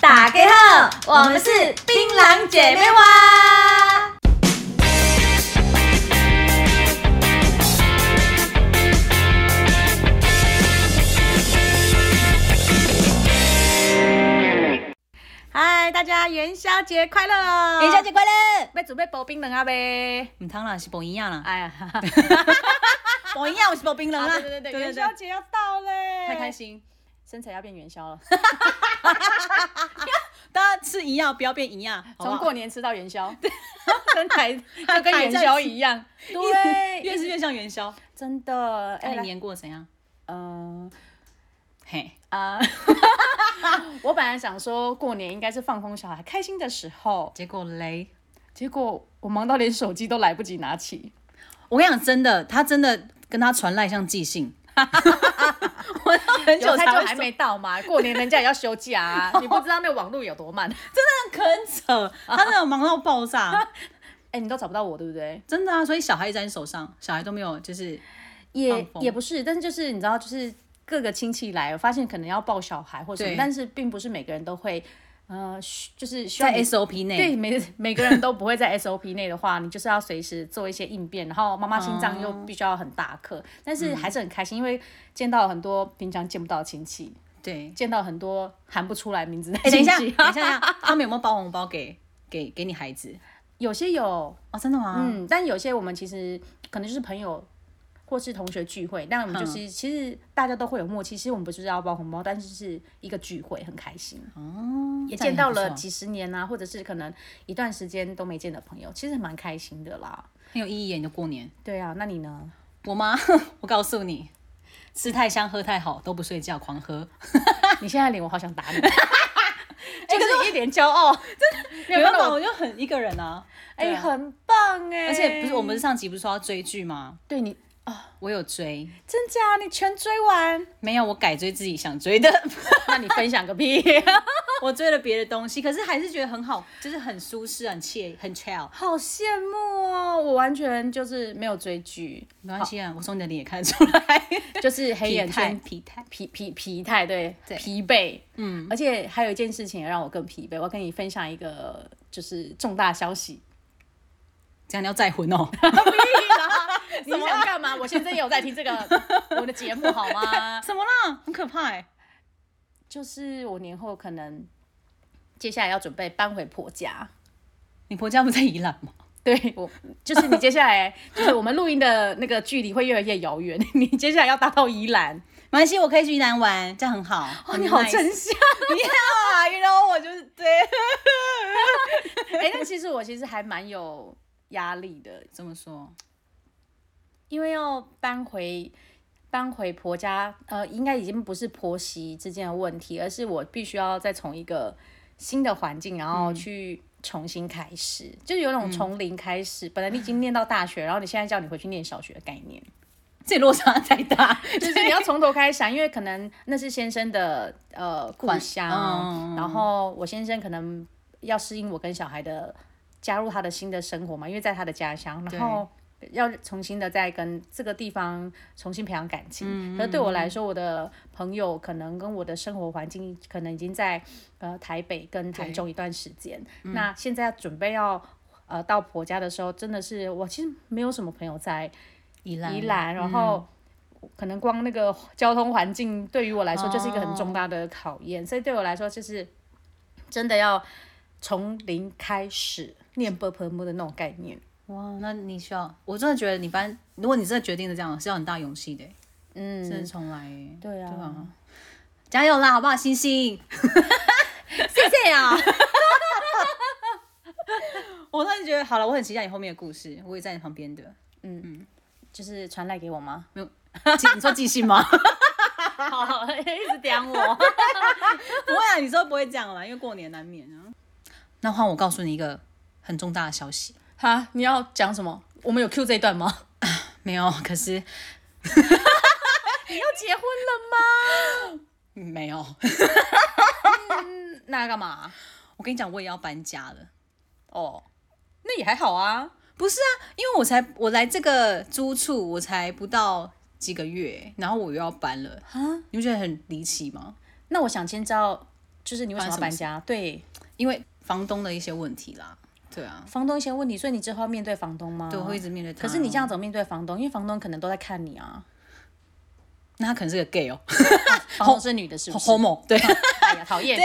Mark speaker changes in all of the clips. Speaker 1: 打给后，我们是槟榔姐妹花。嗨，大家元宵节快乐哦！
Speaker 2: 元宵节快乐！
Speaker 1: 要准备包槟榔啊呗？
Speaker 2: 哎唔通啦，是无一样啦，
Speaker 1: 哎呀，哈哈
Speaker 2: 无一样我是无槟榔啊啦，
Speaker 1: 对对对，元宵节要到嘞，
Speaker 2: 太开，心，
Speaker 1: 身材要变元 宵了，
Speaker 2: 大家吃一样不要变一样，好不
Speaker 1: 从
Speaker 2: 好
Speaker 1: 啊过年吃到元宵， 身材 就跟
Speaker 2: 还
Speaker 1: 元
Speaker 2: 在
Speaker 1: 宵
Speaker 2: 吃
Speaker 1: 一样，
Speaker 2: 越越
Speaker 1: 对，
Speaker 2: 吃越像元宵。
Speaker 1: 真的，
Speaker 2: 那
Speaker 1: 哎，
Speaker 2: 你
Speaker 1: 来
Speaker 2: 年过得怎样？
Speaker 1: 嗯
Speaker 2: 嘿，
Speaker 1: 啊， 我本来想说过年应该是放空小孩开心的时候，
Speaker 2: 结果雷。
Speaker 1: 结果我忙到连手机都来不及拿起，
Speaker 2: 我跟你讲，真的，他真的跟他传赖像寄信， 我到很久
Speaker 1: 韭菜
Speaker 2: 才
Speaker 1: 就
Speaker 2: 会
Speaker 1: 还
Speaker 2: 说
Speaker 1: 没到嘛，过年人家也要休假 啊，你不知道那网络有多慢。
Speaker 2: 很扯，他真的忙到爆炸，
Speaker 1: 哎、你都找不到我，对不对？
Speaker 2: 真的啊！所以小孩一直在你手上，小孩都没有，就是
Speaker 1: 也
Speaker 2: 放风
Speaker 1: 也不是，但是就是你知道，就是各个亲戚来，我发现可能要抱小孩或什么，
Speaker 2: 对
Speaker 1: 但是并不是每个人都会，呃，需就是需要
Speaker 2: 在
Speaker 1: 你
Speaker 2: SOP 内。
Speaker 1: 对每每个人都不会在 SOP 内的话，你就是要随时做一些应变，然后妈妈心脏又
Speaker 2: 哦
Speaker 1: 必须要很大颗，但
Speaker 2: 嗯
Speaker 1: 是还是很开心，因为见到很多平常见不到的亲戚，
Speaker 2: 对，
Speaker 1: 见到很多喊不出来名字的
Speaker 2: 哎、等
Speaker 1: 亲
Speaker 2: 一下，等
Speaker 1: 戚
Speaker 2: 一下，等一下，他们有没有包红包给给给你孩子？
Speaker 1: 有些有，
Speaker 2: 哦，真的吗？
Speaker 1: 嗯，但有些我们其实可能就是朋友或是同学聚会，但我们就是、其实大家都会有默契。其实我们不是要包红包，但是是一个聚会，很开心，
Speaker 2: 哦，
Speaker 1: 也
Speaker 2: 这样
Speaker 1: 见到
Speaker 2: 很不
Speaker 1: 了
Speaker 2: 错
Speaker 1: 几十年啊，或者是可能一段时间都没见的朋友，其实蛮开心的啦。
Speaker 2: 很有意义耶！你的过年，
Speaker 1: 对啊，那你 呢？
Speaker 2: 我妈， 我告诉你，吃太香喝太好都不睡觉，狂喝。
Speaker 1: 你现在脸我好想打 你，哎就是一脸骄傲， 真的
Speaker 2: 没
Speaker 1: 有
Speaker 2: 办
Speaker 1: 那
Speaker 2: 法，
Speaker 1: 种
Speaker 2: 我就很一个人啊。
Speaker 1: 哎、
Speaker 2: 对啊
Speaker 1: 很棒哎、哦
Speaker 2: 而且不是我们上集不是说要追剧吗？
Speaker 1: 对你
Speaker 2: 我有追，
Speaker 1: 真假你全追完，
Speaker 2: 没有，我改追自己想追的，
Speaker 1: 那你分享个 屁！
Speaker 2: 我追了别的东西，可是还是觉得很好，就是很舒适、很惬、很 chill。
Speaker 1: 好羡慕哦！我完全就是没有追剧，
Speaker 2: 没关系啊，我从你的脸也看得出来，
Speaker 1: 就是 黑眼
Speaker 2: 疲态、
Speaker 1: 圈
Speaker 2: 疲态。
Speaker 1: 疲疲疲态，对，
Speaker 2: 对
Speaker 1: 疲惫。嗯，而且还有一件事情也让我更疲惫，我要跟你分享一个就是重大消息。
Speaker 2: 这样你要再婚 哦？
Speaker 1: 你想干嘛？我现在也有在听这个我的节目，好吗？
Speaker 2: 什么啦？很可怕哎！
Speaker 1: 就是我年后可能接下来要准备搬回婆家。
Speaker 2: 你婆家不在宜兰吗？
Speaker 1: 对我，就是你接下来就是我们录音的那个距离会越来越遥远， 你接下来要搭到宜兰。
Speaker 2: 没关系，我可以去宜兰玩，这样很好。
Speaker 1: 哦，
Speaker 2: 很
Speaker 1: 你好
Speaker 2: nice
Speaker 1: 真相。
Speaker 2: 你好啊，然后我就是对，
Speaker 1: 哎、但其实我其实还蛮有压力的，
Speaker 2: 怎么说？
Speaker 1: 因为要搬回搬回婆家，呃，应该已经不是婆媳之间的问题，而是我必须要再从一个新的环境，然后去重新开始，就是有种从零开始。本来你已经念到大学，然后你现在叫你回去念小学的概念，
Speaker 2: 这落差太大，
Speaker 1: 就是你要从头开始啊，因为可能那是先生的呃故
Speaker 2: 环
Speaker 1: 乡，
Speaker 2: 嗯
Speaker 1: 然后我先生可能要适应我跟小孩的加入他的新的生活嘛，因为在他的家乡，然后要重新的再跟这个地方重新培养感情。
Speaker 2: 嗯
Speaker 1: 可是对我来说，我的朋友可能跟我的生活环境可能已经在呃台北跟台中一段时间，
Speaker 2: 嗯
Speaker 1: 那现在准备要。呃，到婆家的时候，真的是我其实没有什么朋友在
Speaker 2: 宜兰哦
Speaker 1: 宜兰，嗯然后可能光那个交通环境对于我来说就是一个很重大的考验，所以对我来说就是真的要从零开始念 b p m 的那种概念。
Speaker 2: 哇，那你需要，我真的觉得你班，如果你真的决定了这样，是要很大勇气的，
Speaker 1: 嗯，
Speaker 2: 真的重来耶，
Speaker 1: 对
Speaker 2: 对
Speaker 1: 啊，
Speaker 2: 吧？加油啦，好不好，星星？
Speaker 1: 谢谢啊，
Speaker 2: 我突然觉得，好了，我很期待你后面的故事，我也在你旁边的。
Speaker 1: 就是传来给我吗？
Speaker 2: 寄 你说寄信吗？
Speaker 1: 好， 一直点我。
Speaker 2: 不会啊，你说不会这样啦，因为过年难免啊。那换我告诉你一个很重大的消息，
Speaker 1: 哈，你要讲什么？我们有 Q 这一段吗？
Speaker 2: 没有，可是
Speaker 1: 你要结婚了
Speaker 2: 没有，
Speaker 1: 吗？ 那要干嘛？
Speaker 2: 我跟你讲，我也要搬家了。
Speaker 1: 哦，那也还好啊。
Speaker 2: 不是啊，因为我才我来这个租处，我才不到几个月，然后我又要搬了，
Speaker 1: 啊，
Speaker 2: 你不觉得很离奇吗？
Speaker 1: 那我想先知道就是你为什么要
Speaker 2: 发
Speaker 1: 搬
Speaker 2: 生
Speaker 1: 家？对，
Speaker 2: 因为房东的一些问题啦。对啊，
Speaker 1: 房东一些问题，所以你之后要面对房东吗？
Speaker 2: 对，我会一直面对他。
Speaker 1: 哦可是你这样怎么面对房东？因为房东可能都在看你啊。
Speaker 2: 那他可能是个 gay 哦
Speaker 1: 房东是女的，是不是？
Speaker 2: ，homo 对，啊
Speaker 1: 哎呀，讨厌。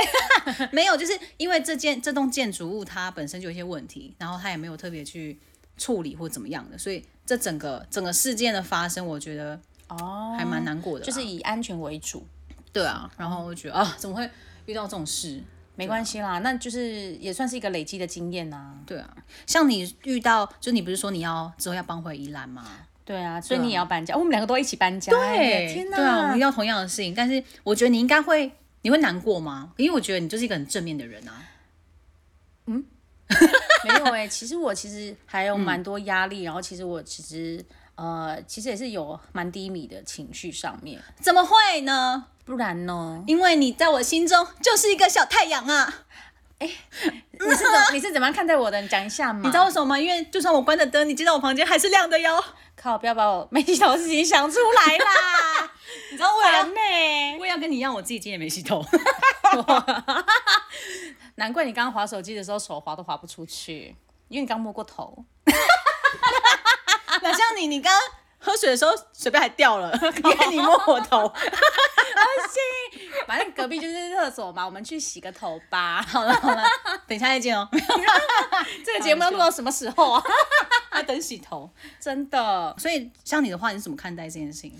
Speaker 2: 没有，就是因为这间这栋建筑物它本身就有一些问题，然后他也没有特别去处理或怎么样的，所以这整个整个事件的发生，我觉得
Speaker 1: 哦，
Speaker 2: 还蛮难过的啦、
Speaker 1: 就是以安全为主，
Speaker 2: 对啊，然后我就觉得啊，怎么会遇到这种事？
Speaker 1: 没关系啦，那就是也算是一个累积的经验呐。
Speaker 2: 对啊，像你遇到，就你不是说你要之后要搬回宜兰吗？
Speaker 1: 对啊，所以你也要搬家，哦我们两个都一起搬家。哎天
Speaker 2: 对啊，我
Speaker 1: 哪
Speaker 2: 们！遇到同样的事情，但是我觉得你应该会，你会难过吗？因为我觉得你就是一个很正面的人啊。
Speaker 1: 没有哎、其实我其实还有蛮多压力，然后其实我其实呃，其实也是有蛮低迷的情绪上面，嗯
Speaker 2: 怎么会呢？
Speaker 1: 不然呢？
Speaker 2: 因为你在我心中就是一个小太阳啊！
Speaker 1: 你是怎么你是怎么样看待我的？你讲一下嘛。
Speaker 2: 你知道为什么吗？因为就算我关着灯，你进到我房间还是亮的哟。
Speaker 1: 靠，不要把我没洗头的事情想出来啦，欸
Speaker 2: 你知道我也要
Speaker 1: 烦，呢、
Speaker 2: 我也要跟你一样，我自己今天也没洗 头。
Speaker 1: 难怪你刚刚滑手机的时候手滑都滑不出去，因为你刚摸过头。
Speaker 2: 哪像你，你刚刚喝水的时候水杯还掉 了，因为你摸我头。
Speaker 1: 反正隔壁就是厕所嘛，我们去洗个头吧。
Speaker 2: 好了好了， 等一下再见 哦。
Speaker 1: 这个节目要录到什么时候啊？
Speaker 2: 还等洗头。
Speaker 1: 真的，
Speaker 2: 所以像你的话，你是怎么看待这件事情？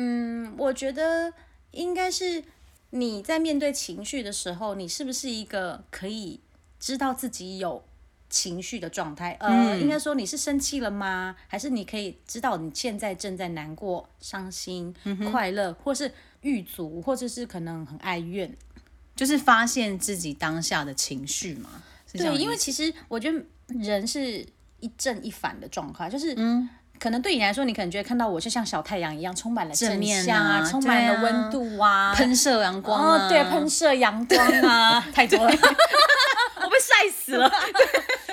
Speaker 1: 嗯，我觉得应该是你在面对情绪的时候，你是不是一个可以知道自己有情绪的状态？呃，应该说你是生气了吗？还是你可以知道你现在正在难过、伤心、快乐，或是狱卒，或者是可能很哀怨？
Speaker 2: 就是发现自己当下的情绪嘛？是这样的意
Speaker 1: 对，
Speaker 2: 思
Speaker 1: 因为其实我觉得人是一正一反的状态，就是
Speaker 2: 嗯
Speaker 1: 可能对你来说，你可能觉得看到我就像小太阳一样，充满了
Speaker 2: 正
Speaker 1: 正
Speaker 2: 面
Speaker 1: 向
Speaker 2: 啊
Speaker 1: 充满
Speaker 2: 对
Speaker 1: 了
Speaker 2: 啊
Speaker 1: 温度啊，
Speaker 2: 喷射阳光啊，
Speaker 1: 哦，对，喷射阳光 啊，太多 了，
Speaker 2: 我被晒死了，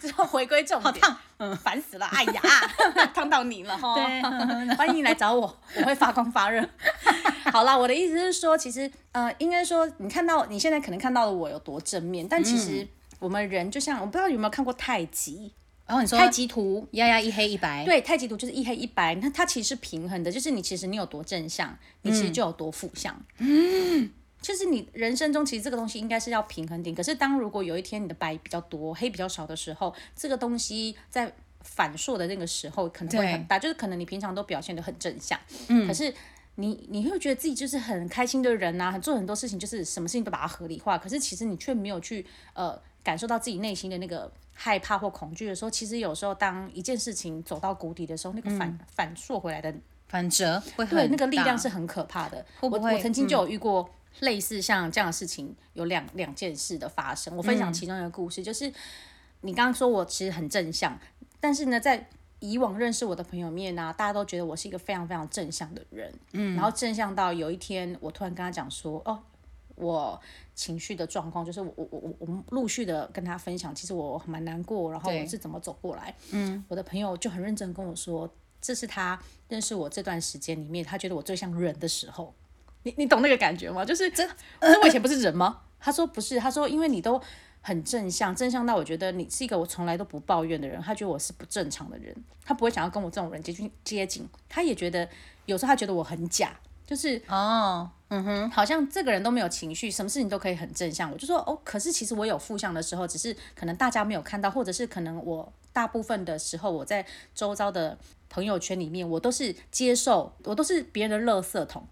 Speaker 1: 之后回归重
Speaker 2: 好
Speaker 1: 点，
Speaker 2: 烫。嗯，
Speaker 1: 烦死了，哎呀， 烫到你了哈，
Speaker 2: 对
Speaker 1: 欢迎来找我，我会发光 发热。好啦，我的意思是说，其实呃，应该说你看到你现在可能看到的我有多正面，但其实我们人就像我不知道有没有看过太极，
Speaker 2: 然后你说
Speaker 1: 太极图。
Speaker 2: 呀呀一黑一白，
Speaker 1: 对，太极图就是一黑一白，那它其实是平衡的，就是你其实你有多正向，你其实就有多负向。嗯，就是你人生中其实这个东西应该是要平衡点，可是当如果有一天你的白比较多，黑比较少的时候，这个东西在。反射的那个时候可能会很大，就是可能你平常都表现得很正向，嗯，可是你你会觉得自己就是很开心的人呐、做很多事情就是什么事情都把它合理化，可是其实你却没有去呃感受到自己内心的那个害怕或恐惧的时候，其实有时候当一件事情走到谷底的时候，那个反、反溯回来的
Speaker 2: 反折会很
Speaker 1: 对那个力
Speaker 2: 大
Speaker 1: 量是很可怕的。
Speaker 2: 会不
Speaker 1: 我
Speaker 2: 会嗯
Speaker 1: 我曾经就有遇过类似像这样的事情，有两两件事的发生。我分
Speaker 2: 嗯
Speaker 1: 享其中一个故事，就是你刚刚说我其实很正向，但是呢，在以往认识我的朋友面呢、啊，大家都觉得我是一个非常非常正向的人，嗯，然后正向到有一天，我突然跟他讲说，哦，我情绪的状况，就是我我我我我们陆续的跟他分享，其实我蛮难过，然后
Speaker 2: 对
Speaker 1: 我是怎么走过来。嗯，我的朋友就很认真跟我说，这是他认识我这段时间里面，他觉得我最像人的时候。你你懂那个感觉吗？就是这，可是我以前不是人吗？他说不是，他说因为你都很正向，正向到我觉得你是一个我从来都不抱怨的人，他觉得我是不正常的人，他不会想要跟我这种人接近接近，他也觉得有时候他觉得我很假，就是嗯
Speaker 2: 哦，
Speaker 1: 好像这个人都没有情绪，什么事情都可以很正向。我就说哦，可是其实我有负向的时候，只是可能大家没有看到，或者是可能我大部分的时候我在周遭的朋友圈里面，我都是接受，我都是别人的垃圾桶。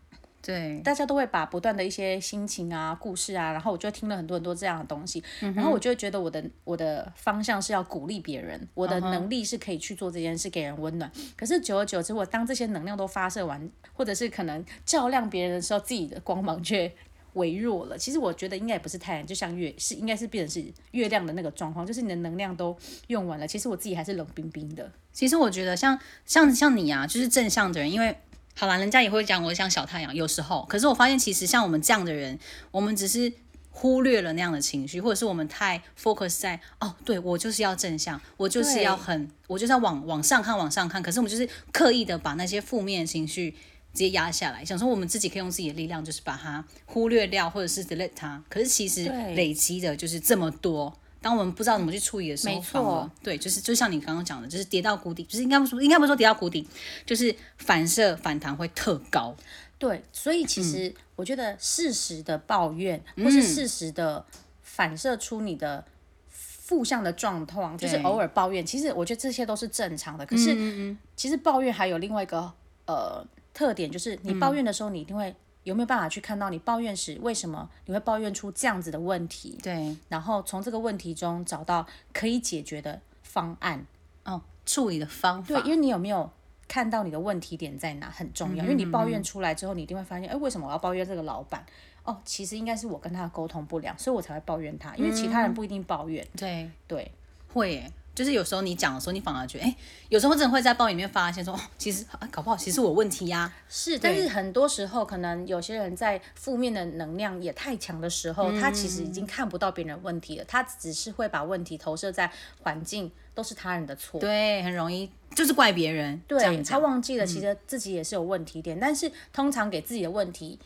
Speaker 2: 对，
Speaker 1: 大家都会把不断的一些心情啊、故事啊，然后我就听了很多很多这样的东西，然后我就会觉得我的我的方向是要鼓励别人，我的能力是可以去做这件事，给人温暖。可是久而久之，我当这些能量都发射完，或者是可能照亮别人的时候，自己的光芒却。微弱了，其实我觉得应该也不是太阳，就像月是应该是变成是月亮的那个状况，就是你的能量都用完了，其实我自己还是冷冰冰的。
Speaker 2: 其实我觉得像像像你啊，就是正向的人，因为好啦，人家也会讲我像小太阳，有时候。可是我发现，其实像我们这样的人，我们只是忽略了那样的情绪，或者是我们太 focus 在哦，对我就是要正向，我就是要很，我就是要往往上看，往上看。可是我们就是刻意的把那些负面情绪直接压下来，想说我们自己可以用自己的力量，就是把它忽略掉，或者是 delete 它。可是其实
Speaker 1: 对
Speaker 2: 累积的就是这么多，当我们不知道怎么去处理的时候，
Speaker 1: 没
Speaker 2: 反
Speaker 1: 错
Speaker 2: 而对，就是就像你刚刚讲的，就是跌到谷底，就是应该不说，应该不是说跌到谷底，就是反射反弹会特高。
Speaker 1: 对，所以其实我觉得适时的抱怨，或是适时的反射出你的负向的状况，就是
Speaker 2: 对
Speaker 1: 偶尔抱怨，其实我觉得这些都是正常的。可是，其实抱怨还有另外一个呃特点，就是你抱怨的时候，你一定会。有没有办法去看到你抱怨时为什么你会抱怨出这样子的问题，
Speaker 2: 对，
Speaker 1: 然后从这个问题中找到可以解决的方案？
Speaker 2: 哦，处理的方法，
Speaker 1: 对，因为你有没有看到你的问题点在哪很重要，因为你抱怨出来之后，你一定会发现，哎，为什么我要抱怨这个老板？哦，其实应该是我跟他沟通不良，所以我才会抱怨他，因为其他人不一定抱怨。
Speaker 2: 对
Speaker 1: 对，
Speaker 2: 会耶，就是有时候你讲的时候，你反而觉得，哎、有时候真的会在报里面发现说，哦，其实、啊、搞不好其实我有问题呀、
Speaker 1: 是，但是很多时候，可能有些人在负面的能量也太强的时候，他其实已经看不到别人的问题了，他只是会把问题投射在环境，都是他人的错。
Speaker 2: 对，很容易就是怪别人，这
Speaker 1: 对
Speaker 2: 样
Speaker 1: 他
Speaker 2: 讲，
Speaker 1: 忘记了，其实自己也是有问题点，但是通常给自己的问题，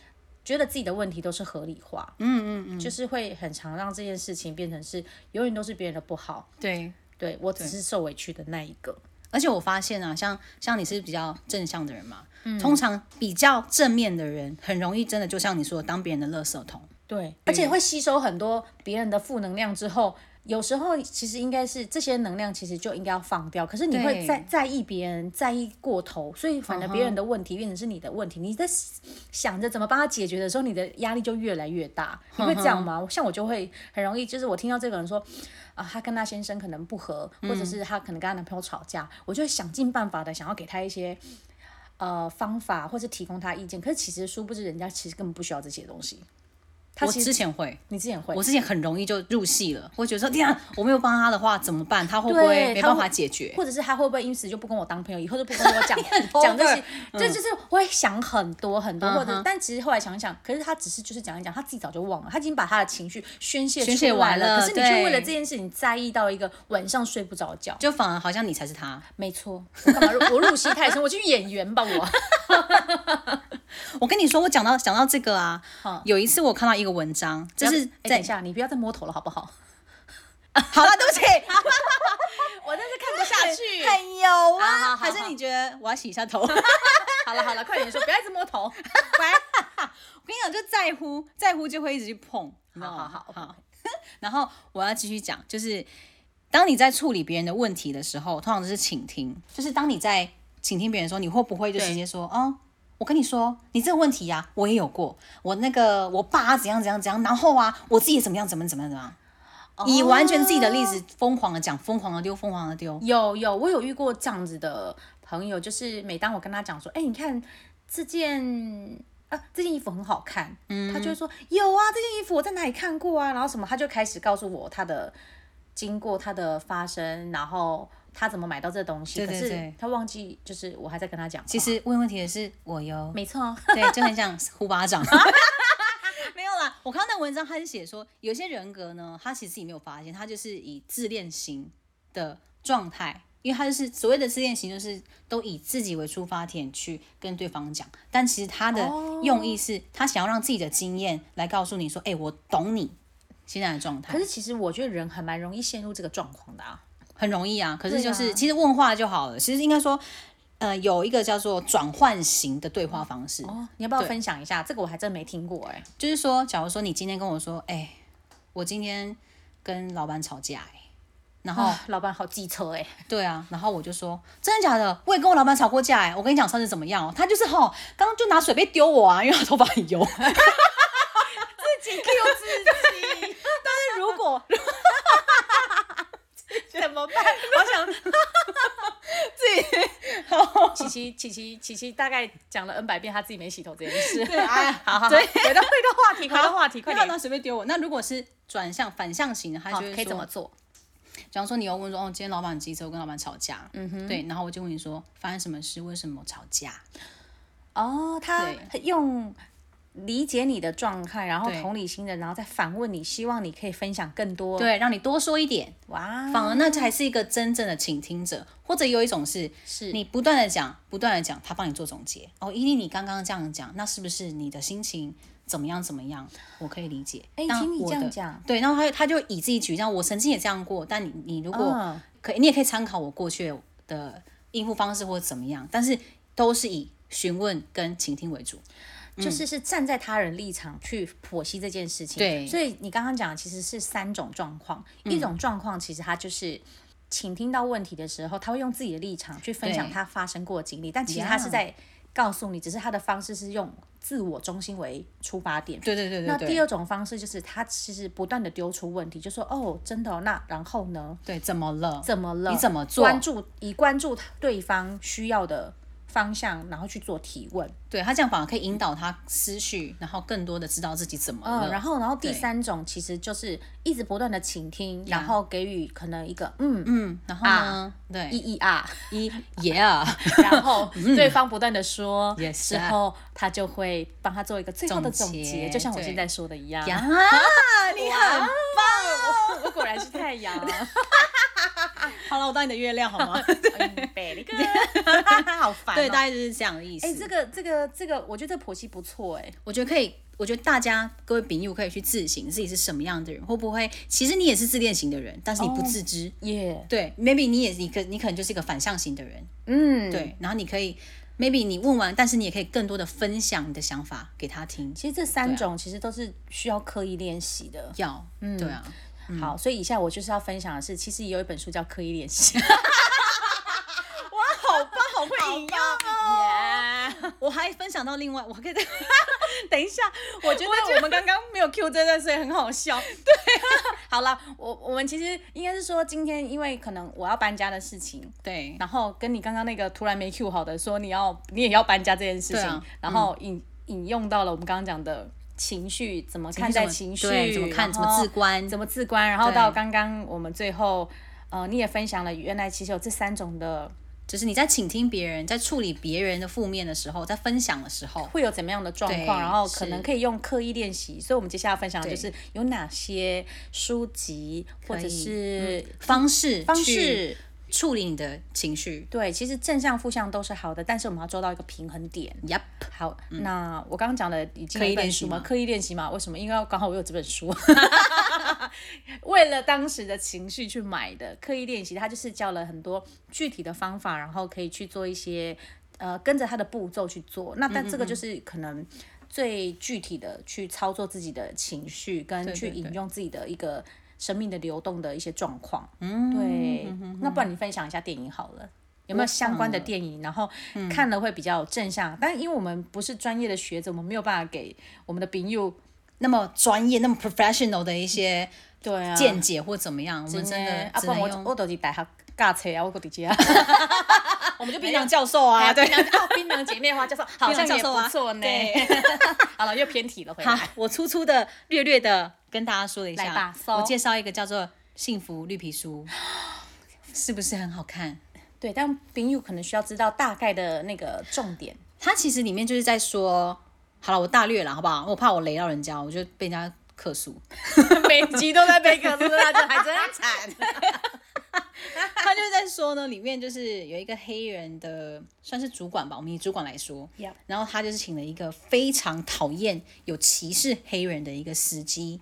Speaker 1: 觉得自己的问题都是合理化，嗯嗯嗯，就是会很常让这件事情变成是永远都是别人的不好，
Speaker 2: 对。
Speaker 1: 对我只是受委屈的那一个，
Speaker 2: 而且我发现啊，像像你是比较正向的人嘛，通常比较正面的人，很容易真的就像你说的，当别人的垃圾桶。
Speaker 1: 对，而且会吸收很多别人的负能量之后。有时候其实应该是这些能量，其实就应该要放掉。可是你会
Speaker 2: 对
Speaker 1: 在在意别人，在意过头，所以反而别人的问题变成是你的问题。你在想着怎么帮他解决的时候，你的压力就越来越大。你会这样吗？像我就会很容易，就是我听到这个人说啊，她跟她先生可能不和，或
Speaker 2: 嗯
Speaker 1: 者是她可能跟她男朋友吵架，我就会想尽办法的想要给她一些。呃，方法或是提供她意见，可是其实殊不知人家其实根本不需要这些东西。他
Speaker 2: 我
Speaker 1: 其实
Speaker 2: 之前会，
Speaker 1: 你之前会，
Speaker 2: 我之前很容易就入戏了，我会觉得说天啊，我没有帮他的话怎么办？他会不
Speaker 1: 对
Speaker 2: 会没
Speaker 1: 他
Speaker 2: 办
Speaker 1: 会
Speaker 2: 法解决？
Speaker 1: 或者是他会不会因此就不跟我当朋友，以后就不 跟我讲
Speaker 2: over 嗯
Speaker 1: 讲这些，这就是我会想很多很多，或者
Speaker 2: 嗯哼
Speaker 1: 但其实后来想想，可是他只是就是讲一讲，他自己早就忘了，他已经把他的情绪宣泄
Speaker 2: 宣泄
Speaker 1: 出来
Speaker 2: 完了
Speaker 1: 可是你却
Speaker 2: 对
Speaker 1: 为了这件事情在意到一个晚上睡不着觉，
Speaker 2: 就反而好像你才是他。
Speaker 1: 没错，我干嘛入我入戏太深，我去演员吧 我，
Speaker 2: 我跟你说，我讲到讲到这个啊，有一次我看到一个文章，就
Speaker 1: 嗯不要
Speaker 2: 是
Speaker 1: 哎
Speaker 2: 在、
Speaker 1: 等一下，你不要再摸头了好不好？
Speaker 2: 好了，对不起，
Speaker 1: 我真是看不下去
Speaker 2: 很有
Speaker 1: 好好好
Speaker 2: 啊，
Speaker 1: 好
Speaker 2: 还是你觉得我要洗一下头？
Speaker 1: 好了好了，快点说，不要一直摸 头。
Speaker 2: 我跟你讲，就在乎，在乎就会一直去碰，你知道吗？
Speaker 1: 好好好
Speaker 2: 好。然后我要继续讲，就是当你在处理别人的问题的时候，通常都是倾听，就是当你在倾听别人的时候，你会不会就
Speaker 1: 对
Speaker 2: 直接说，哦，我跟你说，你这个问题呀、我也有过，我那个我爸怎样怎样怎样，然后啊，我自己也怎么样怎么样怎么样怎么样。以完全自己的例子疯狂的讲，疯狂的丢，疯狂的丢，
Speaker 1: 有有，我有遇过这样子的朋友，就是每当我跟他讲说，哎、你看这件。啊，这件衣服很好看，嗯，他就会说有啊，这件衣服我在哪里看过啊，然后什么，他就开始告诉我他的经过、他的发生，然后他怎么买到这东西，
Speaker 2: 对对
Speaker 1: 可是
Speaker 2: 对
Speaker 1: 他忘记，就是我还在跟他讲话，
Speaker 2: 其实问问题的是我哟，
Speaker 1: 没错，
Speaker 2: 对，就很想呼巴 掌。没有啦，我看到那文章，他是写说，有些人格呢，他其实自己没有发现，他就是以自恋型的状态，因为他就是所谓的自恋型，就是都以自己为出发点去跟对方讲，但其实他的
Speaker 1: 哦
Speaker 2: 用意是，他想要让自己的经验来告诉你说，哎、我懂你现在的状态
Speaker 1: 可，是其实我觉得人还蛮容易陷入这个状况的啊，
Speaker 2: 很容易啊。可是
Speaker 1: 对
Speaker 2: 就是、
Speaker 1: 啊
Speaker 2: 其实问话就好了，其实应该说，呃，有一个叫做转换型的对话方式，
Speaker 1: 哦，你要不要
Speaker 2: 对
Speaker 1: 分享一下？这个我还真没听过哎、
Speaker 2: 就是说，假如说你今天跟我说，哎、我今天跟老板吵架、哎，然后、
Speaker 1: 啊老板好机车哎、
Speaker 2: 对啊，然后我就说，真的假的？我也跟我老板吵过架、哎，我跟你讲上次怎么样哦、他就是吼，刚刚就拿水杯丢我啊，因为他头发很油。但
Speaker 1: 自己 Q 自 己。
Speaker 2: 是如果
Speaker 1: 怎么 办？我想自己。琪琪琪琪琪琪大概讲了 N 百遍，他自己没洗头这件事。
Speaker 2: 对哎
Speaker 1: 好 好，
Speaker 2: 对
Speaker 1: 回到回到话题，回到话题，快
Speaker 2: 他
Speaker 1: 点。
Speaker 2: 拿水杯丢我，那如果是转向反向型的，他
Speaker 1: 好
Speaker 2: 就，会
Speaker 1: 可以
Speaker 2: 说
Speaker 1: 怎么做？
Speaker 2: 假如说你又问说，哦，今天老板很急着我跟老板吵架，嗯哼，对，然后我就问你说，发生什么事？为什么吵架？
Speaker 1: 哦，他
Speaker 2: 对
Speaker 1: 用理解你的状态，然后
Speaker 2: 对
Speaker 1: 同理心的，然后再反问你，希望你可以分享更多。
Speaker 2: 对，让你多说一点，
Speaker 1: 哇，
Speaker 2: 反而那才是一个真正的倾听者，或者有一种是
Speaker 1: 是
Speaker 2: 你不断的讲，不断的讲，他帮你做总结。哦，依琳，你刚刚这样讲，那是不是你的心情怎么样怎么样？我可以理解。
Speaker 1: 哎
Speaker 2: 那
Speaker 1: 听你
Speaker 2: 我
Speaker 1: 这样
Speaker 2: 的
Speaker 1: 讲，
Speaker 2: 对，然后他他就以自己举例，像我曾经也这样过，但你你如果
Speaker 1: 嗯，
Speaker 2: 可以，你也可以参考我过去的应付方式或者怎么样，但是都是以询问跟倾听为主。
Speaker 1: 就是是站在他人立场去剖析这件事情。
Speaker 2: 对嗯
Speaker 1: 所以你刚刚讲的其实是三种状况，一种状况其实他就是。请听到问题的时候，他会用自己的立场去分享
Speaker 2: 对
Speaker 1: 他发生过的经历，但其实他是
Speaker 2: Yeah
Speaker 1: 在告诉你，只是他的方式是用自我中心为出发点。
Speaker 2: 对对对
Speaker 1: 那
Speaker 2: 对
Speaker 1: 第
Speaker 2: 对，
Speaker 1: 二种方式就是他其实不断的丢出问题，就说哦，真的哦、那然后呢？
Speaker 2: 对，怎么了？
Speaker 1: 怎么了？
Speaker 2: 你怎么做
Speaker 1: 关注以关注对方需要的方向，然后去做提问。
Speaker 2: 对他这样反而可以引导他思绪，然后更多的知道自己怎么了。
Speaker 1: 嗯，然后然后第
Speaker 2: 对
Speaker 1: 三种其实就是一直不断的倾听，
Speaker 2: 呀
Speaker 1: 然后给予可能一个嗯
Speaker 2: 嗯，然后呢？对，
Speaker 1: 一一啊，
Speaker 2: 一嗯 yeah，
Speaker 1: 然后对方不断的说
Speaker 2: Yes,
Speaker 1: 之后，他就会帮他做一个最后的总
Speaker 2: 总
Speaker 1: 结，
Speaker 2: 结
Speaker 1: 就像我
Speaker 2: 对
Speaker 1: 现在说的一 样。
Speaker 2: 呀，你很
Speaker 1: 棒， 我果然是太 阳。
Speaker 2: 好了，我当你的月亮好吗？
Speaker 1: 嗯贝利哥， 好烦哦
Speaker 2: 对，大概就是这样的意思。
Speaker 1: 哎、这个这个这个，我觉得这剖析不错哎、
Speaker 2: 我觉得可以，我觉得大家各位朋友可以去自省自己是什么样的人，会不会其实你也是自恋型的人，但是
Speaker 1: 哦
Speaker 2: 你不自知。
Speaker 1: 耶、
Speaker 2: 对，maybe 你也你可你可能就是一个反向型的人，
Speaker 1: 嗯，。
Speaker 2: 对，然后你可以 maybe 你问完，但是你也可以更多的分享你的想法给他听，
Speaker 1: 其实这三种其实都是需要刻意练习的。
Speaker 2: 要，对啊，
Speaker 1: 好，所以以下我就是要分享的是，其实也有一本书叫《刻意练 习》。
Speaker 2: 好棒，好会引
Speaker 1: 耶！
Speaker 2: 我还分享到另外，我还可以再 等一下，我觉得我们刚刚没有 Q 这段，所以很好笑。
Speaker 1: 好了，我我们其实应该是说，今天因为可能我要搬家的事情，
Speaker 2: 对，
Speaker 1: 然后跟你刚刚那个突然没 Q 好的说你要你也要搬家这件事
Speaker 2: 对
Speaker 1: 情，
Speaker 2: 啊
Speaker 1: 然后引、引用到了我们刚刚讲的情绪怎么看
Speaker 2: 怎
Speaker 1: 待
Speaker 2: 么
Speaker 1: 情
Speaker 2: 对
Speaker 1: 绪，
Speaker 2: 怎么看
Speaker 1: 然
Speaker 2: 怎么
Speaker 1: 后
Speaker 2: 自观
Speaker 1: 怎么自观，然后到
Speaker 2: 对
Speaker 1: 刚刚我们最后，呃，你也分享了原来其实有这三种的
Speaker 2: 就是你在倾听别人，在处理别人的负面的时候，在分享的时候，
Speaker 1: 会有怎么样的状况，
Speaker 2: 对
Speaker 1: 然后可能
Speaker 2: 是
Speaker 1: 可以用刻意练习，所以我们接下来分享的就
Speaker 2: 对
Speaker 1: 是有哪些书籍或
Speaker 2: 可
Speaker 1: 者
Speaker 2: 以嗯
Speaker 1: 是
Speaker 2: 方式
Speaker 1: 哎嗯方
Speaker 2: 去
Speaker 1: 式。
Speaker 2: 处理你的情绪。
Speaker 1: 对，其实正向、负向都是好的，但是我们要做到一个平衡点。
Speaker 2: Yep，
Speaker 1: 好，那我刚刚讲的已经
Speaker 2: 刻
Speaker 1: 有
Speaker 2: 意
Speaker 1: 一本
Speaker 2: 练习
Speaker 1: 书嘛，
Speaker 2: 吗
Speaker 1: 嗯刻意练习嘛，为什么？因为刚好我有这本 书，为了当时的情绪去买的刻意练习，它就是教了很多具体的方法，然后可以去做一些呃跟着它的步骤去做。
Speaker 2: 嗯
Speaker 1: 那但这个就是可能最具体的去操作自己的情绪，跟
Speaker 2: 对
Speaker 1: 去
Speaker 2: 对
Speaker 1: 引
Speaker 2: 对
Speaker 1: 用自己的一个生命的流动的一些状况。嗯，对。那不然你分享一下电影好了。有没有
Speaker 2: 我
Speaker 1: 相关的
Speaker 2: 想了嗯
Speaker 1: 电影，然后看了会比较正向？但因为我们不是专业的学者，我们没有办法给我们的朋友
Speaker 2: 那么专业、那么 professional 的一些
Speaker 1: 对啊
Speaker 2: 见解或怎么样，我们真的
Speaker 1: 啊，
Speaker 2: 只
Speaker 1: 不然
Speaker 2: 能
Speaker 1: 我
Speaker 2: 用，
Speaker 1: 我都是大学驾车啊，我搁伫家。
Speaker 2: 我们就槟榔教授啊，对。
Speaker 1: 槟榔 哦，槟榔姐妹花教授好像也不错呢
Speaker 2: 槟榔。
Speaker 1: 啊 好了，又偏题了，回
Speaker 2: 好
Speaker 1: 来。，
Speaker 2: 我粗粗的、略略的跟大家说了一
Speaker 1: 来吧
Speaker 2: 下，
Speaker 1: 搜
Speaker 2: 我介绍一个叫做《幸福绿皮书》，是不是很好看？
Speaker 1: 对，但朋友可能需要知道大概的那个重点。
Speaker 2: 它其实里面就是在说，好了，我大略了，好不好？我怕我雷到人家，我就被人家客诉。
Speaker 1: 每集都在被克斯拉，这还真 惨。
Speaker 2: 他就是在说呢，里面就是有一个黑人的算是主管吧，我们以主管来说
Speaker 1: Yep
Speaker 2: 然后他就是请了一个非常讨厌、有歧视黑人的一个司机。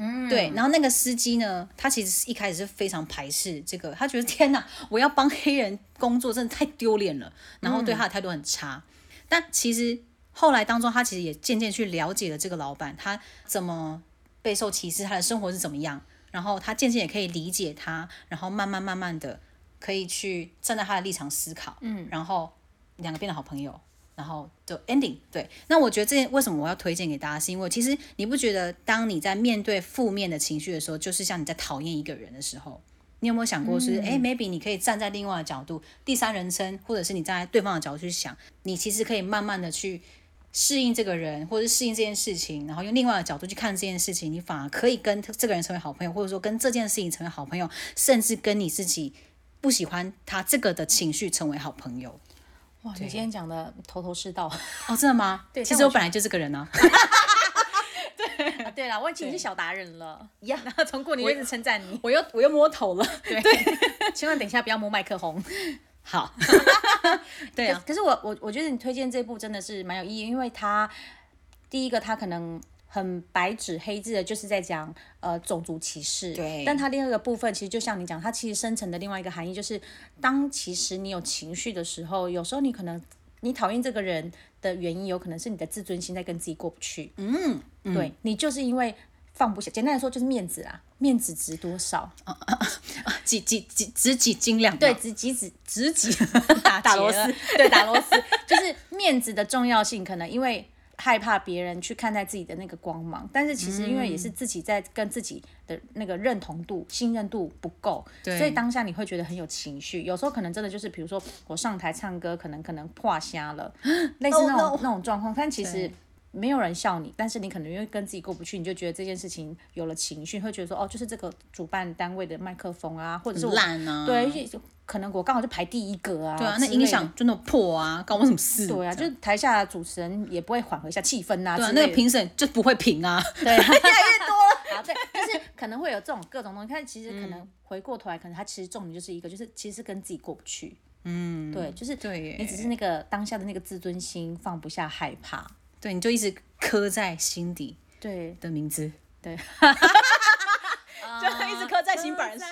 Speaker 2: 嗯，对，然后那个司机呢，他其实是一开始是非常排斥这个，他觉得天哪，我要帮黑人工作，真的太丢脸了，然后对他的态度很差。但其实后来当中，他其实也渐渐去了解了这个老板，他怎么备受歧视，他的生活是怎么样，然后他渐渐也可以理解他，然后慢慢慢慢的可以去站在他的立场思考，嗯，然后两个变得好朋友，然后就 ending。对，那我觉得这件为什么我要推荐给大家，是因为其实你不觉得，当你在面对负面的情绪的时候，就是像你在讨厌一个人的时候。你有没有想过是，诶 m a y b e 你可以站在另外的角度，第三人称，或者是你站在对方的角度去想，你其实可以慢慢的去适应这个人，或者是适应这件事情，然后用另外的角度去看这件事情，你反而可以跟这个人成为好朋友，或者说跟这件事情成为好朋友，甚至跟你自己不喜欢他这个的情绪成为好朋友。
Speaker 1: 哇，你今天讲的头头是道。
Speaker 2: 哦，真的吗？
Speaker 1: 对
Speaker 2: 其
Speaker 1: 但
Speaker 2: 实
Speaker 1: 我
Speaker 2: 我本来就这个人啊。
Speaker 1: 啊对了，我已经是小达人了，
Speaker 2: 呀，
Speaker 1: 然后从过年就一直 称赞你。
Speaker 2: 我又我又摸头了。
Speaker 1: 千万等一下不要摸麦克风。
Speaker 2: 好，对啊，
Speaker 1: 可是我我我觉得你推荐这部真的是蛮有意义，因为它第一个它可能很白纸黑字的，就是在讲呃种族歧视。
Speaker 2: 对
Speaker 1: 但它另外一个部分，其实就像你讲，它其实深层的另外一个含义就是，当其实你有情绪的时候，有时候你可能你讨厌这个人的原因，有可能是你的自尊心在跟自己过不去。嗯，对你就是因为放不下，简单来说就是面子啦，面子值多少？
Speaker 2: 几几几只几斤两
Speaker 1: 对，
Speaker 2: 对
Speaker 1: 只几只只几 打
Speaker 2: 打
Speaker 1: 结
Speaker 2: 螺
Speaker 1: 了
Speaker 2: 丝，
Speaker 1: 对，打螺丝，就是面子的重要性，可能因为害怕别人去看待自己的那个光芒，但是其实因为也
Speaker 2: 嗯
Speaker 1: 是自己在跟自己的那个认同度、信任度不够，
Speaker 2: 对
Speaker 1: 所以当下你会觉得很有情绪，有时候可能真的就是，比如说我上台唱歌，可能可能破瞎了，类似
Speaker 2: Oh
Speaker 1: 那种、
Speaker 2: no
Speaker 1: 那种状况，但其实
Speaker 2: 对。
Speaker 1: 没有人笑你，但是你可能因为跟自己过不去，你就觉得这件事情有了情绪，会觉得说哦，就是这个主办单位的麦克风啊，或者是我
Speaker 2: 烂啊，
Speaker 1: 对，而且可能我刚好就排第一个啊。
Speaker 2: 对啊，
Speaker 1: 之
Speaker 2: 那
Speaker 1: 类
Speaker 2: 音
Speaker 1: 的。
Speaker 2: 响就那种破啊，关我什么事？
Speaker 1: 对啊，就是台下主持人也不会缓和一下气氛呐、
Speaker 2: 对啊
Speaker 1: 之，类
Speaker 2: 那
Speaker 1: 的
Speaker 2: 个评审就不会评啊。
Speaker 1: 对，越来越多 了。好，对，就是可能会有这种各种东西，但其实可能
Speaker 2: 嗯
Speaker 1: 回过头来，可能他其实重点就是一个，就是其实跟自己过不去。嗯， 对，就是
Speaker 2: 对 耶
Speaker 1: 你只是那个当下的那个自尊心放不下，害怕。
Speaker 2: 对，你就一直刻在心底
Speaker 1: 对
Speaker 2: 的名 字，
Speaker 1: 对，
Speaker 2: 就一直刻在心板上。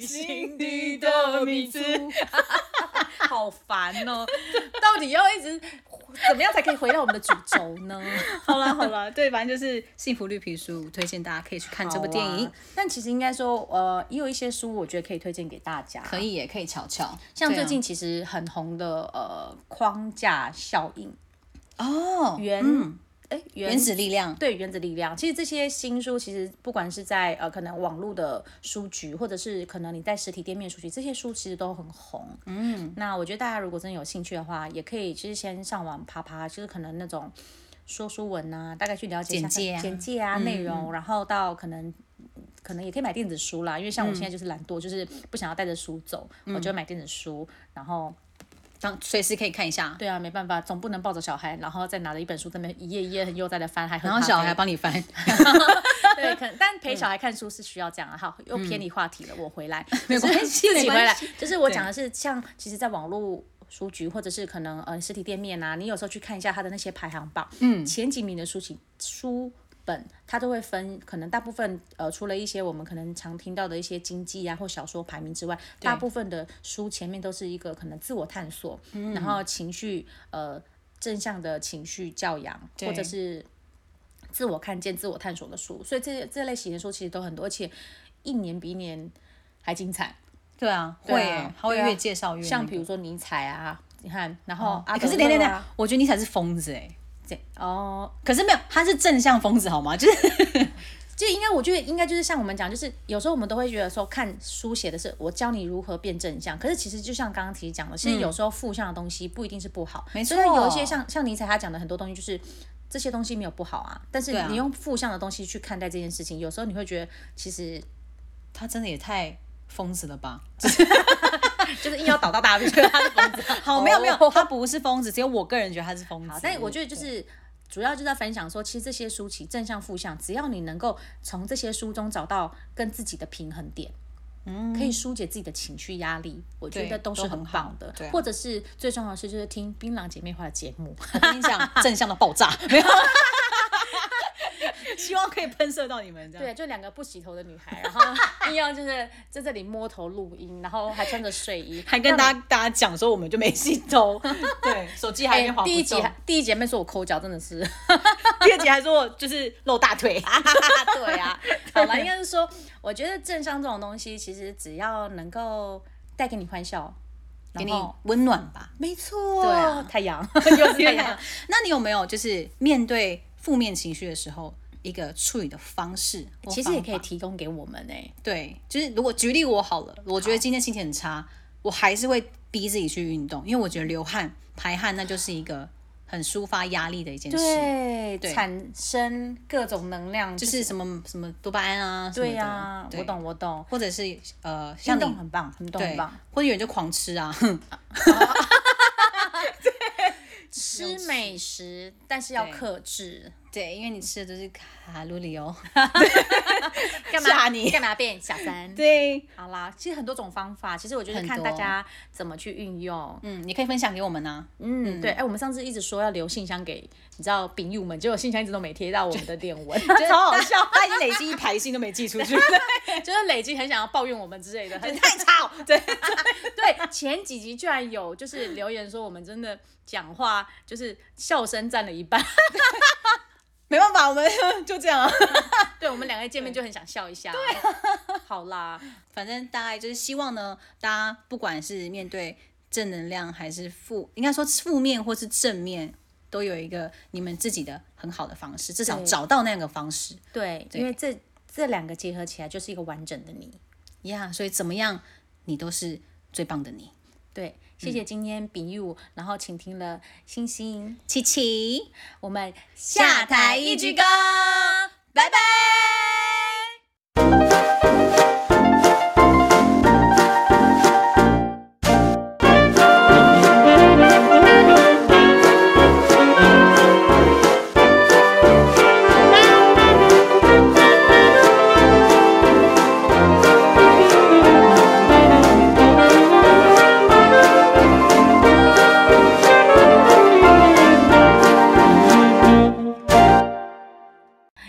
Speaker 1: 心底的名字， 好烦哦！ 到底要一直怎么样才可以回到我们的主轴 呢？
Speaker 2: 好了好了， 对，反正就是《幸福绿皮书》，推荐大家可以去看这部电影
Speaker 1: 好啊，但其实应该说，呃，也有一些书，我觉得可以推荐给大家。
Speaker 2: 可以也可以瞧瞧。
Speaker 1: 像
Speaker 2: 对啊
Speaker 1: 最近其实很红的、呃框架效应、
Speaker 2: 哦，
Speaker 1: 原
Speaker 2: 嗯
Speaker 1: 哎、
Speaker 2: 原子力量，
Speaker 1: 对原子力量，其实这些新书其实不管是在呃可能网络的书局，或者是可能你在实体店面书局，这些书其实都很红。嗯，那我觉得大家如果真的有兴趣的话，也可以其实先上网爬爬，就是可能那种说书文啊，大概去了解一下
Speaker 2: 简介啊
Speaker 1: 简介啊内容，然后到可能。可能也可以买电子书啦，因为像我
Speaker 2: 嗯
Speaker 1: 现在就是懒惰，就是不想要带着书走，我就会买电子书。然后，
Speaker 2: 当随时可以看一下，
Speaker 1: 对啊，没办法，总不能抱着小孩，然后再拿着一本书在那边一页一页很悠哉的翻，还喝
Speaker 2: 然后
Speaker 1: 咖
Speaker 2: 小
Speaker 1: 啡
Speaker 2: 孩帮你翻。
Speaker 1: 对，可能但陪小孩看书是需要这样啊。好，又偏离话题了，我回来，
Speaker 2: 没有关 系
Speaker 1: 自己
Speaker 2: 没
Speaker 1: 回
Speaker 2: 关
Speaker 1: 来
Speaker 2: 系。
Speaker 1: 就是我讲的是，像其实，在网络书局或者是可能呃实体店面啊，你有时候去看一下它的那些排行榜，嗯，前几名的书籍书。本它都会分，可能大部分呃，除了一些我们可能常听到的一些经济啊或小说排名之外，大部分的书前面都是一个可能自我探索，
Speaker 2: 嗯
Speaker 1: 然后情绪呃正向的情绪教养，或者
Speaker 2: 对
Speaker 1: 是自我看见、自我探索的书，所以这这类型的书其实都很多，而且一年比一年还精彩。
Speaker 2: 对啊，
Speaker 1: 对
Speaker 2: 会
Speaker 1: 啊
Speaker 2: 耶，他会
Speaker 1: 对啊
Speaker 2: 越介绍越
Speaker 1: 像
Speaker 2: 那
Speaker 1: 比如
Speaker 2: 个
Speaker 1: 说尼采啊，你看，然后阿
Speaker 2: 哎可
Speaker 1: 德勒啊、
Speaker 2: 是等一下等一下，我觉得你才是疯子哎。
Speaker 1: 这哦，
Speaker 2: 可是没有，他是正向疯子好吗？就是
Speaker 1: 就应该我觉得应该就是像我们讲，就是有时候我们都会觉得说看书写的是我教你如何变正向，可是其实就像刚刚提讲的，其实有时候负向的东西不一定是不好，
Speaker 2: 嗯没
Speaker 1: 所以
Speaker 2: 错
Speaker 1: 有一些像像尼采他讲的很多东西就是。这些东西没有不好啊，但是
Speaker 2: 对啊
Speaker 1: 你用负向的东西去看待这件事情，有时候你会觉得其实
Speaker 2: 他真的也太疯子了吧？
Speaker 1: 就是硬要倒到大家，觉得 他是疯子。
Speaker 2: 好，没有没有，
Speaker 1: 哦
Speaker 2: 他不是疯子，只有我个人觉得他是疯子
Speaker 1: 好。但我觉得就是主要就是在分享说，其实这些书籍正向负向，只要你能够从这些书中找到跟自己的平衡点。嗯，可以疏解自己的情绪压力，我觉
Speaker 2: 对
Speaker 1: 得都是
Speaker 2: 都
Speaker 1: 很
Speaker 2: 很好
Speaker 1: 棒的。
Speaker 2: 对啊
Speaker 1: 或者是最重要的是，就是听槟榔姐妹花的节目，
Speaker 2: 我跟你 讲，正向到爆炸，没有。 希望可以喷射到你们这样。
Speaker 1: 对，就两个不洗头的女孩， 然后硬要就是在这里摸头录音，然后还穿着睡衣，
Speaker 2: 还跟大家大家讲说我们就没戏头，对，手机还
Speaker 1: 哎、
Speaker 2: 没滑不动。
Speaker 1: 第一集还第一姐妹说我抠脚，真的是。
Speaker 2: 第二集还说我就是露大腿，
Speaker 1: 对 啊，好了，应该是说，我觉得正向这种东西，其实只要能够带给你欢笑，
Speaker 2: 给
Speaker 1: 然
Speaker 2: 你
Speaker 1: 后
Speaker 2: 温暖吧。
Speaker 1: 没错，
Speaker 2: 对啊
Speaker 1: 太阳 又是太
Speaker 2: 对
Speaker 1: 阳
Speaker 2: 啊。那你有没有就是面对负面情绪的时候一个处理的方式或方法？
Speaker 1: 其实也可以提供给我们哎、
Speaker 2: 对，就是如果举例我好了，我觉得今天心情很差，我还是会逼自己去运动，因为我觉得流汗排汗那就是一个很抒发压力的一件事，
Speaker 1: 对，产生各种能量，
Speaker 2: 就
Speaker 1: 就是
Speaker 2: 什么什么多巴胺啊什么的，
Speaker 1: 对呀、啊，我，懂我懂，
Speaker 2: 或者是呃像
Speaker 1: 运
Speaker 2: 你
Speaker 1: 动很棒，运动很
Speaker 2: 对
Speaker 1: 棒，，
Speaker 2: 或者有人就狂吃啊，哼用
Speaker 1: 吃美食，但是要克制。
Speaker 2: 对，因为你吃的都是卡路里哦。
Speaker 1: 干
Speaker 2: 吓
Speaker 1: 嘛
Speaker 2: 你
Speaker 1: 干嘛变小 三？
Speaker 2: 对，
Speaker 1: 好啦，其实很多种方法，其实我就是
Speaker 2: 很
Speaker 1: 看
Speaker 2: 多
Speaker 1: 大家怎么去运用。
Speaker 2: 嗯，你可以分享给我们啊。
Speaker 1: 嗯，对，哎、我们上次一直说要留信箱给你知道饼友们，结果信箱一直都没贴到我们的电 文， 超好笑，
Speaker 2: 笑， 他已经累积一排信都没寄出 去，
Speaker 1: 就是累积很想要抱怨我们之类的，很
Speaker 2: 太吵。对，
Speaker 1: 对，前几集居然有就是留言说我们真的讲话就是笑声占了一半，
Speaker 2: 没办法，我们 就这样啊。
Speaker 1: 对我们两个见面就很想笑一下。对、 好啦，
Speaker 2: 反正大概就是希望呢，大家不管是面对正能量还是负，应该说负面或是正面，都有一个你们自己的很好的方式，至少
Speaker 1: 对
Speaker 2: 找到那个方式
Speaker 1: 对，
Speaker 2: 对
Speaker 1: 因为这这两个结合起来就是一个完整的你。
Speaker 2: 呀。Yeah, 所以怎么样，你都是最棒的你，
Speaker 1: 对，谢谢今天饼友，然后请听了星星，
Speaker 2: 琪琪，
Speaker 1: 我们
Speaker 2: 下台一鞠躬，拜拜。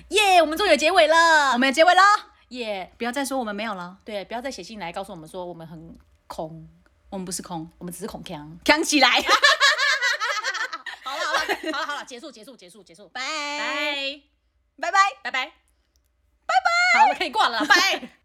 Speaker 1: 耶我们终于有结尾了
Speaker 2: 我，们要结尾喽，
Speaker 1: 耶
Speaker 2: 不要再说我们没有了，
Speaker 1: 对，不要再写信来告诉我们说我们很空，
Speaker 2: 我们不是空，
Speaker 1: 我们只是恐腔。
Speaker 2: 扛起来，
Speaker 1: 好了好了 好了好了，结束结束结束结束，拜
Speaker 2: 拜
Speaker 1: 拜
Speaker 2: 拜拜。
Speaker 1: 拜拜拜拜，好，我们可以挂了，拜。